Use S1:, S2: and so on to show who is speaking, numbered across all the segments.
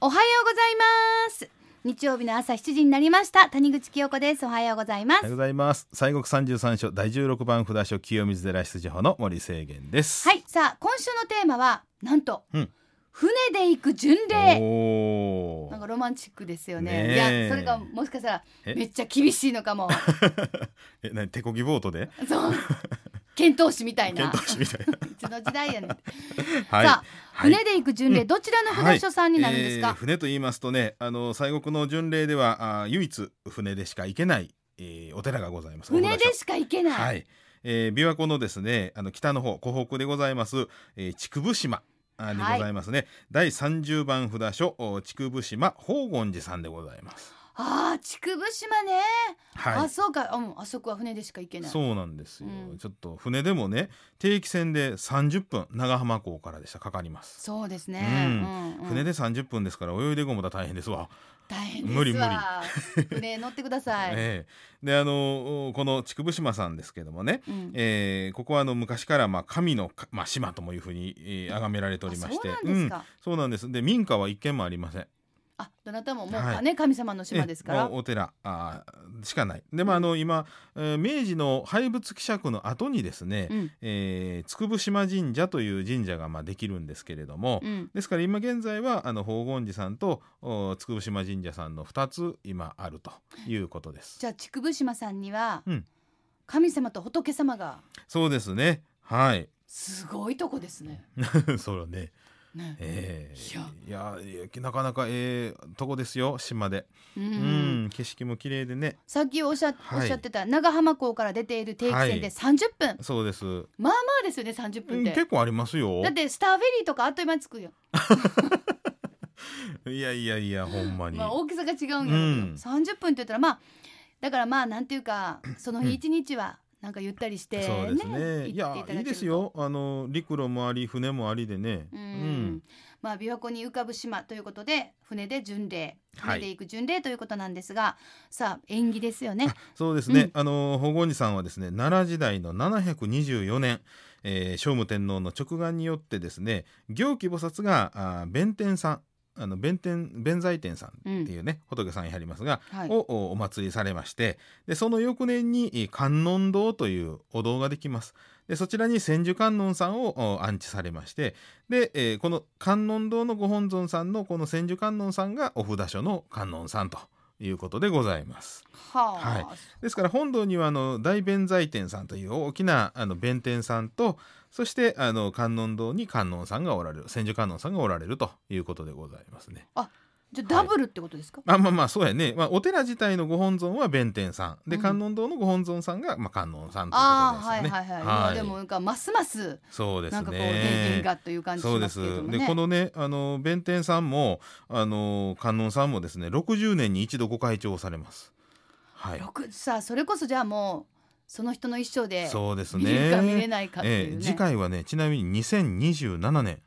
S1: おはようございます日曜日の朝7時になりました谷口清子ですおはようございま
S2: おはよ
S1: す
S2: うございます西国三十三所第十六番札所清水寺出自法の森清源です
S1: はいさあ今週のテーマはなんと、
S2: うん
S1: 船で行く巡礼
S2: お
S1: なん
S2: ー
S1: かロマンチックですよね
S2: ね
S1: い
S2: え
S1: やそれがもしかしたら
S2: え
S1: めっちゃ厳しいのか も
S2: え何手こぎボートで
S1: そう遣唐使みたい
S2: 剣
S1: な
S2: 道士みたい な
S1: いつの時代や ねん、
S2: はい
S1: さあ
S2: はい
S1: 船で行く巡礼、どちらの船所さんになるんですか、
S2: はいえー船と言いますとねあの西国の巡礼ではあー唯一船でしか行けない、えーお寺がございます
S1: 船で
S2: か
S1: しか行けない、
S2: はい、えー、琵琶湖のですねあの北の方湖北でございます、えー、竹生島あにございますね、第30番札所お竹生島宝厳寺さんでございます
S1: ああ竹生島ね、
S2: は
S1: あそうかあもうあそこは船でしか行け
S2: い
S1: ない
S2: そうなんですよ、
S1: うん
S2: ちょっと船でもね定期船で30分長浜港からでしたかかります
S1: そうですね、
S2: うん
S1: うんうん
S2: 船で30分ですから泳いでいこうもたら大変ですわ、
S1: 大変ですわ
S2: 無理無理
S1: 船乗ってください、
S2: ええであのこの竹生島さんですけどもね、
S1: うん
S2: えーここはあの昔からまあ神のか、まあ、島ともいうふうに、えー崇められておりまして
S1: あそうなんです
S2: ん
S1: か、
S2: そうなんです。で民家は一軒もありません。
S1: あどなたももう、
S2: はい
S1: ね神様の島ですから
S2: えもうお寺あーしかない。でまああの今、えー明治の廃仏毀釈の後にですね、
S1: うん
S2: えー、筑部島神社という神社がまあできるんですけれども、
S1: うん
S2: ですから今現在はあの宝厳寺さんとお筑部島神社さんの二つ今あるということです。
S1: じゃあ竹生島さんには、
S2: うん
S1: 神様と仏様が
S2: そうですね。はい。
S1: すごいとこですね
S2: そうね。
S1: ね、
S2: え
S1: い
S2: ー、いやいやなかなかええとこですよ島で。
S1: うん
S2: うん、景色も綺麗でね。
S1: さっきおっしゃ,、
S2: はい
S1: おっしゃってた長浜港から出ている定期船で
S2: はい
S1: 30分、
S2: そうです。
S1: まあまあですよね30
S2: う
S1: 分
S2: ん
S1: って、
S2: 結構ありますよ
S1: だっ。てスターフェリーとかあっという間に着くよ、
S2: いやいやいや、ほんまに。
S1: まあ、大きさが違うんやろうけど、
S2: うん
S1: 30分って言ったらまあだからまあなんていうかその日一日はなんかゆったりして、ね
S2: そうですね。い
S1: 行って
S2: や
S1: い、ただけると
S2: いいですよ。あの陸路もあり、船もありでね。
S1: うん、まあ琵琶湖に浮かぶ島ということで船で巡礼
S2: は
S1: 船
S2: い
S1: で行く巡礼ということなんですが、さあ縁起ですよね
S2: そうですね。あの保厳寺さんはですね、奈良時代の724年、えー、聖武天皇の直眼によってですね、行基菩薩があー弁天さん、あの弁天弁財天さん
S1: うん
S2: っていうね、仏さんやりますが、
S1: はい
S2: をおお祭りされましてでその翌年にえー観音堂というお堂ができますでそちらに千手観音さんをお安置されましてで、えーこの観音堂のご本尊さんのこの千手観音さんがお札所の観音さんということでございます
S1: はあ、
S2: はですから本堂にはあの大弁財天さんという大きなあの弁天さんとそしてあの観音堂に観音さんがおられる千手観音さんがおられるということでございますね
S1: じゃあダブルってことですか、
S2: あまあまあそうやね、まあ、お寺自体のご本尊は弁天さんで
S1: うん
S2: 観音堂のご本尊さんが、まあ、観音さんと
S1: ああはい
S2: いうことですよね。
S1: はいはい、いやでもなんかますます
S2: そうですね
S1: なんかこう現金がという感じし
S2: そう
S1: ま
S2: です
S1: けれど
S2: す
S1: も
S2: で
S1: ね
S2: このねあの弁天さんもあの観音さんもですね60年に一度ご開帳されます。はい、
S1: よくさあそれこそじゃあもうその人の一生で
S2: そうです
S1: 見れるか見れ
S2: ね。
S1: ないかっていう
S2: え
S1: ね、
S2: え、次回はねちなみに2027年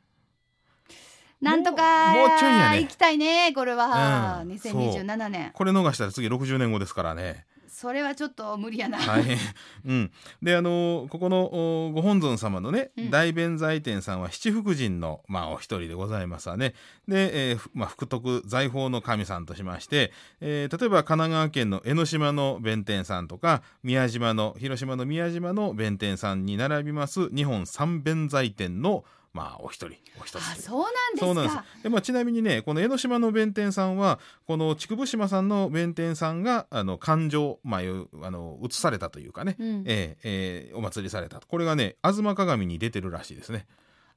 S1: なんとか
S2: もうもうちょいやね
S1: 行きたいねこれは、
S2: うん
S1: 2027年
S2: これ逃したら次60年後ですからね。
S1: それはちょっと無理やな、
S2: 大変、 うん、であのここのおご本尊様のね、
S1: うん
S2: 大弁財天さんは七福神の、まあ、お一人でございますわねで、えーふまあ、福徳財宝の神さんとしまして、えー例えば神奈川県の江ノ島の弁天さんとか宮島の広島の宮島の弁天さんに並びます日本三弁財天の、まあ、お一人お一つという
S1: あそうなんですか
S2: そうなんです。でまあちなみにねこの江ノ島の弁天さんはこの竹生島さんの弁天さんがあの感情まあいうあの移されたというかね、
S1: うん
S2: ええええお祭りされたこれがね吾妻鏡に出てるらしいですね。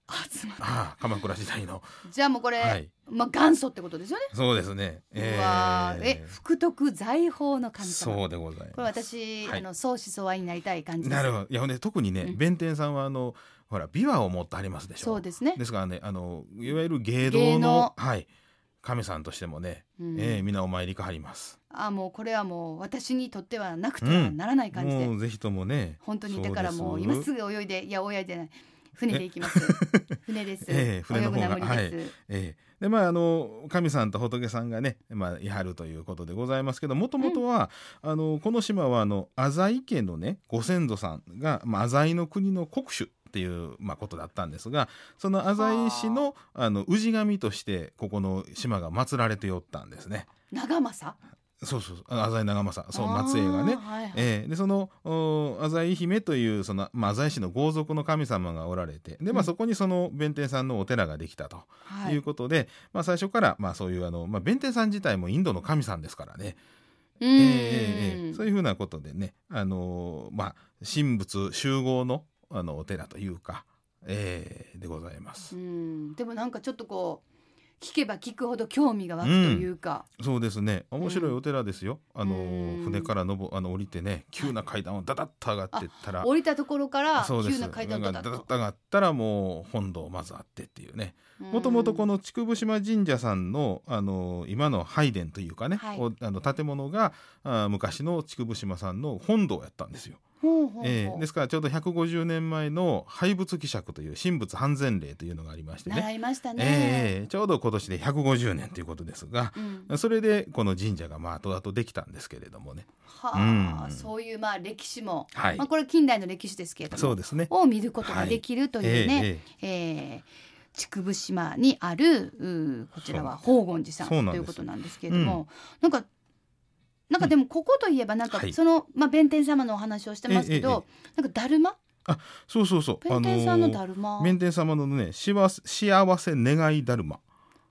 S1: あつま
S2: ああ鎌倉時代の
S1: じゃあもうこれ、
S2: はい
S1: まあ元祖ってことですよね。
S2: そうですね。
S1: うわー
S2: え
S1: え福徳財宝の神様。
S2: そ
S1: こ
S2: うでございます。
S1: れ私、
S2: はい
S1: あの相思相愛になりたい感じです。
S2: なるほどいやほんで特にね、
S1: うん
S2: 弁天さんはあのほら琵琶を持ってありますでしょ
S1: そうですね。
S2: ですからねあのいわゆる芸
S1: 芸能
S2: 道のはい神さんとしてもね、
S1: うん
S2: ええ皆お参りかはります。
S1: あもうこれはもう私にとってはなくてはならない感じで、
S2: もうぜひともね
S1: 本当にだからもう今す
S2: ぐ、
S1: ぐ泳いでいや泳いでない船で行き ます。船です。
S2: ええ船の方が
S1: 泳ぐのは無理です。
S2: ええでまああの神さんと仏さんがね、まあ、いはるということでございますけどもともとは、あのこの島はあの浅井家のねご先祖さんが、まあ、浅井の国の国主っていう、まあ、ことだったんですがその浅井氏のあの氏神としてここの島が祀られておったんですね。
S1: 長政
S2: そうそうそうあ浅井長政そう
S1: あー
S2: 松江がね
S1: はいはい
S2: えーでそのお浅井姫というその、まあ、浅井氏の豪族の神様がおられてで、
S1: う
S2: まあ、
S1: ん
S2: そこにその弁天さんのお寺ができたと
S1: はい
S2: いうことで、まあ、最初から、まあ、そういうあの、まあ、弁天さん自体もインドの神さんですからね、
S1: う
S2: え
S1: ん
S2: ーえーえーそういうふうなことでね、あのーまあ、神仏集合のあのお寺というか、えーでございます
S1: う。んでもなんかちょっとこう聞けば聞くほど興味が湧くというか、
S2: そうですね面白いお寺ですよ、あのー
S1: うん
S2: 船からのぼあの降りてね急な階段をダダッと上がってったら
S1: 降りたところから
S2: そうです
S1: 急な階段
S2: な
S1: だ
S2: んか
S1: だ
S2: ダダッ
S1: と
S2: と上がったらもう本堂まずあってっていうねもともとこ
S1: の
S2: の竹生島神社さんの、あの今の拝殿というかね、
S1: はい
S2: おあの建物があー昔の竹生島さんの本堂やったんですよ。
S1: ほうほうほう
S2: えーですからちょうど150年前の廃仏毀釈という神仏半前例というのがありましてね
S1: 習いましたね、
S2: えーちょうど今年で150年ということですが
S1: うん
S2: それでこの神社がまあ後々できたんですけれどもね。
S1: はあ、
S2: うん
S1: そういうまあ歴史も、
S2: はい
S1: まあ、これ近代の歴史ですけれども
S2: そうですね
S1: を見ることができるというね、
S2: えーえ
S1: えー竹生島にあるうーこちらは宝厳寺さん
S2: そうなん
S1: とい
S2: です
S1: うことなんですけれども、なんかなんかでもここといえばなんか
S2: はい
S1: その、まあ、弁天様のお話をしてますけど、なんかだるま
S2: ーそうそうそう。
S1: 弁天さんの
S2: あ
S1: だるま、
S2: ー弁天様のねしわ幸せ願いだるま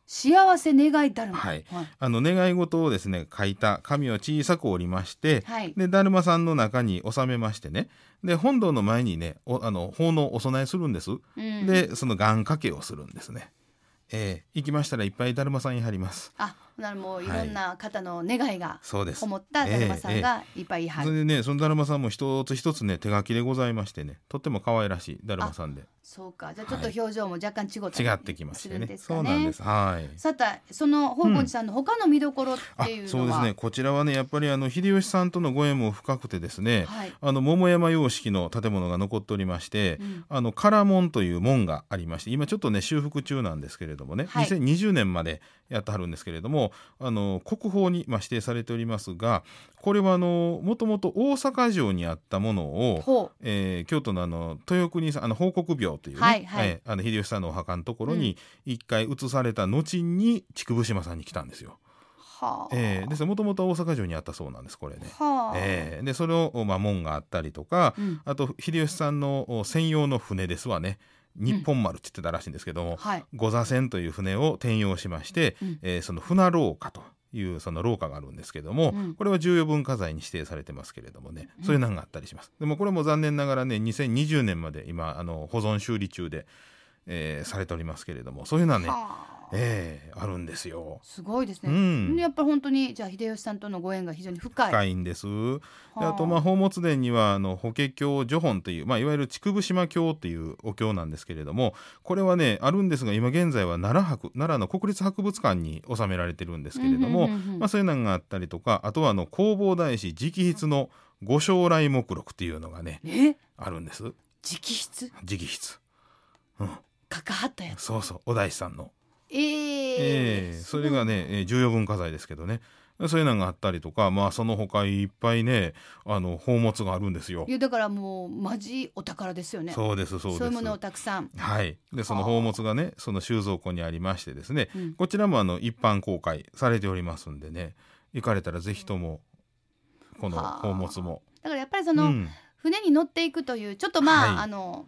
S1: 幸せ願いだるま
S2: はい
S1: はい
S2: あの願い事をですね書いた紙を小さく折りまして、
S1: はい
S2: でだるまさんの中に収めましてねで本堂の前にねおあの奉納お供えするんです、
S1: うん
S2: でその願掛けをするんですね、えー行きましたらいっぱいだるまさんに貼ります
S1: あほんならもういろんな方の願いが
S2: そうです
S1: こもっただるまさんがいっぱいは
S2: そ
S1: る、
S2: れでねそのだるまさんも一つ一つね手書きでございましてねとっても可愛らしいだるまさんで
S1: そうかじゃあちょっと表情も若干違ったり
S2: 違ってきまし
S1: す
S2: て
S1: る
S2: ね
S1: んですか
S2: そ
S1: ね
S2: うなんですはい
S1: さてその宝厳寺さんの他の見どころっ
S2: あ
S1: ていう
S2: そう
S1: の
S2: です
S1: は、
S2: ねこちらはねやっぱりあの秀吉さんとのご縁も深くてですね、
S1: はい、
S2: あの桃山様式の建物が残っておりまして、
S1: うん
S2: あの唐門という門がありまして今ちょっとね修復中なんですけれどもね、
S1: はい
S2: 2020年までやってはるんですけれどもあの国宝に、まあ、指定されておりますがこれはあのもともと大阪城にあったものを、
S1: ほう
S2: えー京都のあの豊国さんあの報告廟というね、
S1: はいはい
S2: えーあの秀吉さんのお墓のところに一回移された後に竹生島さんに来たんですよ。
S1: はあ、
S2: えー、ですもともと大阪城にあったそうなんですこれね。
S1: はあ、
S2: えーでそれを、まあ、門があったりとか、
S1: うん
S2: あと秀吉さんのお専用の船ですわね日本丸って言ってたらしいんですけども、
S1: はい
S2: 御座船という船を転用しまして、
S1: うん
S2: えーその船廊下というその廊下があるんですけども、
S1: うん
S2: これは重要文化財に指定されてますけれどもねそういうのがあったりします。でもこれも残念ながらね2020年まで今あの保存修理中で、えーされておりますけれどもそういうのはね、
S1: はあ
S2: えーあるんですよ。
S1: すごいです
S2: う
S1: ね、
S2: ん
S1: やっぱり本当にじゃあ秀吉さんとのご縁が非常に深い
S2: 深いんです。で
S1: は
S2: あとまあ宝物殿にはあの法華経序本という、まあ、いわゆる竹生島経というお経なんですけれどもこれはねあるんですが今現在は奈良博奈良の国立博物館に収められてるんですけれど
S1: うん
S2: も、
S1: うんうんうん
S2: まあ、そういうのがあったりとかあとはあの弘法大師直筆の御将来目録っていうのがね
S1: え直
S2: あるんです
S1: 筆
S2: 直筆。うん、
S1: かかはったやつ
S2: そうそうお大師さんの。
S1: えー、
S2: ええそれがね、えー重要文化財ですけどねそういうのがあったりとかまあその他いっぱいねあの宝物があるんですよ
S1: い。やだからもうマジお宝ですよね
S2: そうですそう
S1: そ
S2: です。
S1: いうものをたくさん
S2: はい、でその宝物がねその収蔵庫にありましてですね、
S1: うん
S2: こちらもあの一般公開されておりますんでね行かれたらぜひともこの
S1: はあ
S2: 宝物も、
S1: だからやっぱりそうの、
S2: ん、
S1: 船に乗っていくというちょっとまあ、
S2: はい
S1: あの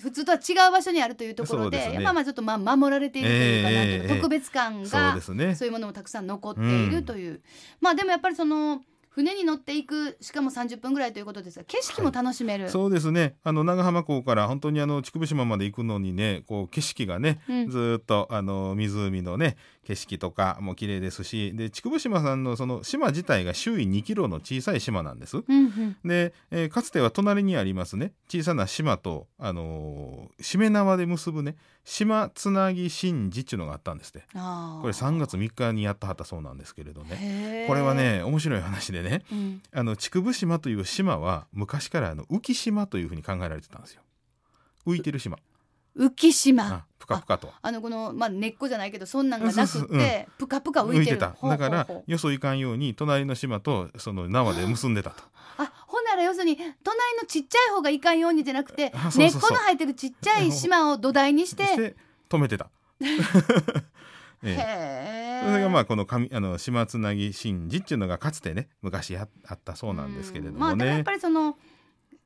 S1: 普通とは違う場所にあるというところで
S2: そうですね
S1: やっぱまあちょっとまあ守られているというか、
S2: ええ
S1: なんていうか
S2: ええ
S1: 特別感
S2: そう
S1: が
S2: で すね
S1: そういうものもたくさん残っているという、まあでもやっぱりその船に乗っていくしかも30分ぐらいということですが景色も楽しめる、
S2: そうですねあの長浜港から本当にあの竹生島まで行くのにねこう景色がね、
S1: うん
S2: ずーっとあの湖のね景色とかも綺麗ですしで竹生島さんのその島自体が周囲2キロの小さい島なんです。
S1: うんうん
S2: で、えーかつては隣にありますね小さな島と、あのーしめ縄で結ぶね島つなぎ神事っていうのがあったんですって
S1: あー
S2: これ3月3日にやったはったそうなんですけれどね
S1: へー
S2: これはね面白い話でね
S1: うん
S2: あの竹生島という島は昔からあの浮島というふうに考えられてたんですよ浮いてる島
S1: 浮島あ
S2: あぷかぷかと
S1: のこの、まあ、根っこじゃないけどそんなんがな
S2: そ
S1: くっ
S2: うそうそううん
S1: てぷかぷか浮いてる
S2: た
S1: ほうほう
S2: だから
S1: ほう
S2: よそいかんように隣の島とその縄で結んでたと
S1: あほんなから要するに隣のちっちゃい方がいかんようにじゃなくて
S2: あそ
S1: 根
S2: う
S1: っ
S2: そうそう
S1: この生えてるちっちゃい島を土台にし
S2: してて止めて た。
S1: へ
S2: ええ
S1: え
S2: それがまあこの神あの島つなぎ神事っていうのがかつてね昔ああったそうなんですけれど
S1: うんまあ
S2: も
S1: でもや
S2: ね
S1: っぱ。りその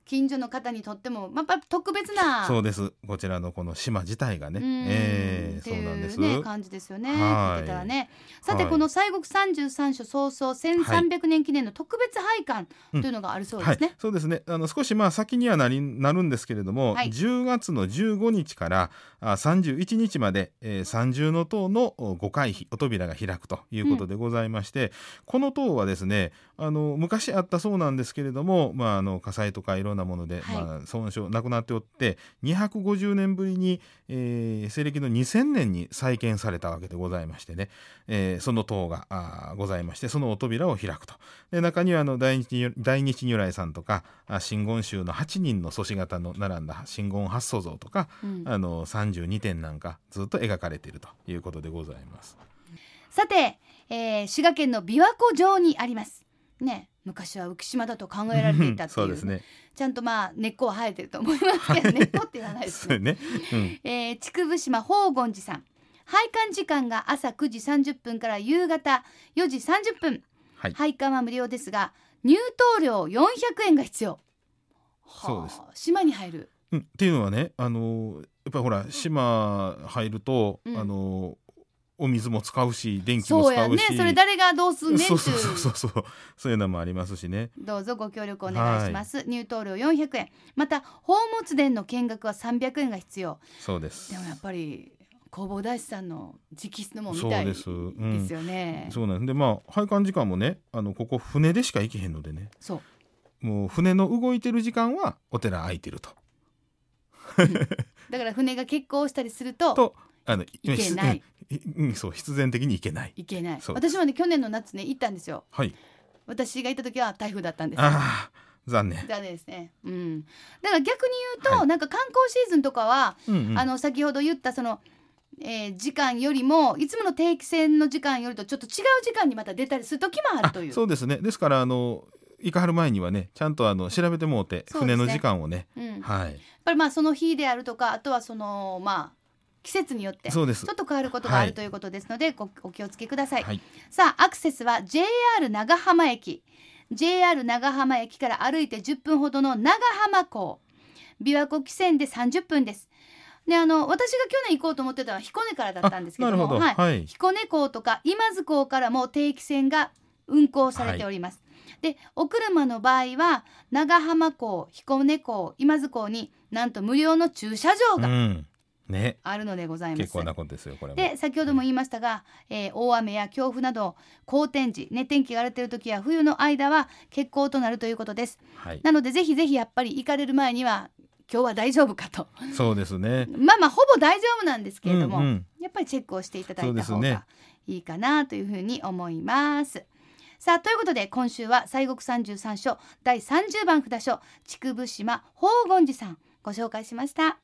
S1: 近所の方にとってもまあやっぱ特別な
S2: そうですこちらのこの島自体がね、
S1: うん
S2: ええ
S1: って
S2: そうなんで
S1: い
S2: す、
S1: うね感じですよね。
S2: は
S1: 聞
S2: い
S1: いてたらね。さて
S2: はい
S1: この西国三十三所早々千三百年記念の特別拝観というのがあるそうで
S2: はい
S1: すね。
S2: そうですねあの少しまあ先にはなりなるんですけれども、
S1: はい
S2: 10月の15日からあ31日まで、えー、三重の塔のお御回避お扉が開くということでございまして、この塔はですねあの昔あったそうなんですけれども、まあ、あの火災とかいろんなもので、
S1: はい
S2: まあ、損傷なくなっておって250年ぶりに、えー西暦の2000年に再建されたわけでございましてね、えーその塔があーございましてそのお扉を開くとで中にはあの大日如大日如来さんとかあ真言宗の8人の祖師方の並んだ真言八祖像とか、
S1: うん
S2: あの32点なんかずっと描かれているということでございます。
S1: さて、えー滋賀県の琵琶湖城にあります。ね、昔は浮島だと考えられていたっていう
S2: そうですね。
S1: ちゃんとまあ根っこは生えてると思いますけど、根っこって言わないです
S2: そう
S1: ね。
S2: ね。うん
S1: えー、筑部島宝厳寺さん拝観時間が朝9時30分から夕方4時30分、
S2: はい
S1: 拝観は無料ですが入湯料400円が必要はあ
S2: そうです
S1: 島に入る
S2: うん、っていうのはね、あのやっぱりほら島入ると、
S1: うん
S2: あのお水も使うし電気も
S1: そう
S2: 使
S1: や
S2: う
S1: ね
S2: し、
S1: それ誰がどうすんねんってい
S2: そ
S1: うう
S2: そうそうそうそうそういうのもありますしね。
S1: どうぞご協力お願いします、入湯料400円また宝物殿の見学は300円が必要
S2: そうです
S1: で。もやっぱり弘法大師さんの直筆のも見
S2: そう
S1: たい
S2: で
S1: ですす
S2: うん
S1: よね
S2: そうなんですでまあ配管時間もねあのここ船でしか行けへんのでね
S1: そう
S2: もう船の動いてる時間はお寺空いてると。
S1: だから船が欠航したりすると
S2: とあの
S1: 行けない
S2: 必うんうんそう必然的に行けない。
S1: いけない
S2: そうで
S1: 私もね去年の夏ね行ったんですよ
S2: はい。
S1: 私が行った時は台風だったんです
S2: ああ残念。
S1: 残念ですね、うん、だから逆に言うと、
S2: は
S1: なんか観光シーズンとかは、
S2: うんうん
S1: あの先ほど言ったその、えー時間よりもいつもの定期船の時間よりとちょっと違う時間にまた出たりする時もあるとい
S2: あ
S1: う
S2: そうですねですからあの行かはる前にはねちゃんとあの調べてもうて
S1: そうで
S2: 船
S1: すね
S2: の時間をね
S1: うん、やっ
S2: はい
S1: ぱりまあその日であるとかあとはそのまあ季節によってちょ
S2: そうです
S1: っと変わることがあ
S2: は
S1: る
S2: い
S1: ということですので、ごお気をつけください
S2: はい
S1: さあアクセスは JR 長浜駅 JR 長浜駅から歩いて10分ほどの長浜港琵琶湖汽船で30分ですねあの私が去年行こうと思ってたのは彦根からだったんですけ
S2: あ
S1: ど
S2: なる
S1: も
S2: ほど
S1: はい
S2: はい
S1: 彦根港とか今津港からも定期船が運航されております、でお車の場合は長浜港彦根港今津港になんと無料の駐車場
S2: う
S1: が
S2: んね
S1: あるのでございます、
S2: 結構なことですよこれも
S1: で先ほども言いましたが、えー大雨や強風など好天時、ね、天気が荒れている時や冬の間は欠航となるということです
S2: はい
S1: なのでぜひぜひやっぱり行かれる前には今日は大丈夫かと
S2: そうですね
S1: まあまあほぼ大丈夫なんですけれども、
S2: うんうん
S1: やっぱりチェックをしていただいた
S2: そ
S1: 方
S2: うですね
S1: がいいかなというふうに思います。さあということで今週は西国三十三所第30番札所筑部島宝厳寺さんご紹介しました。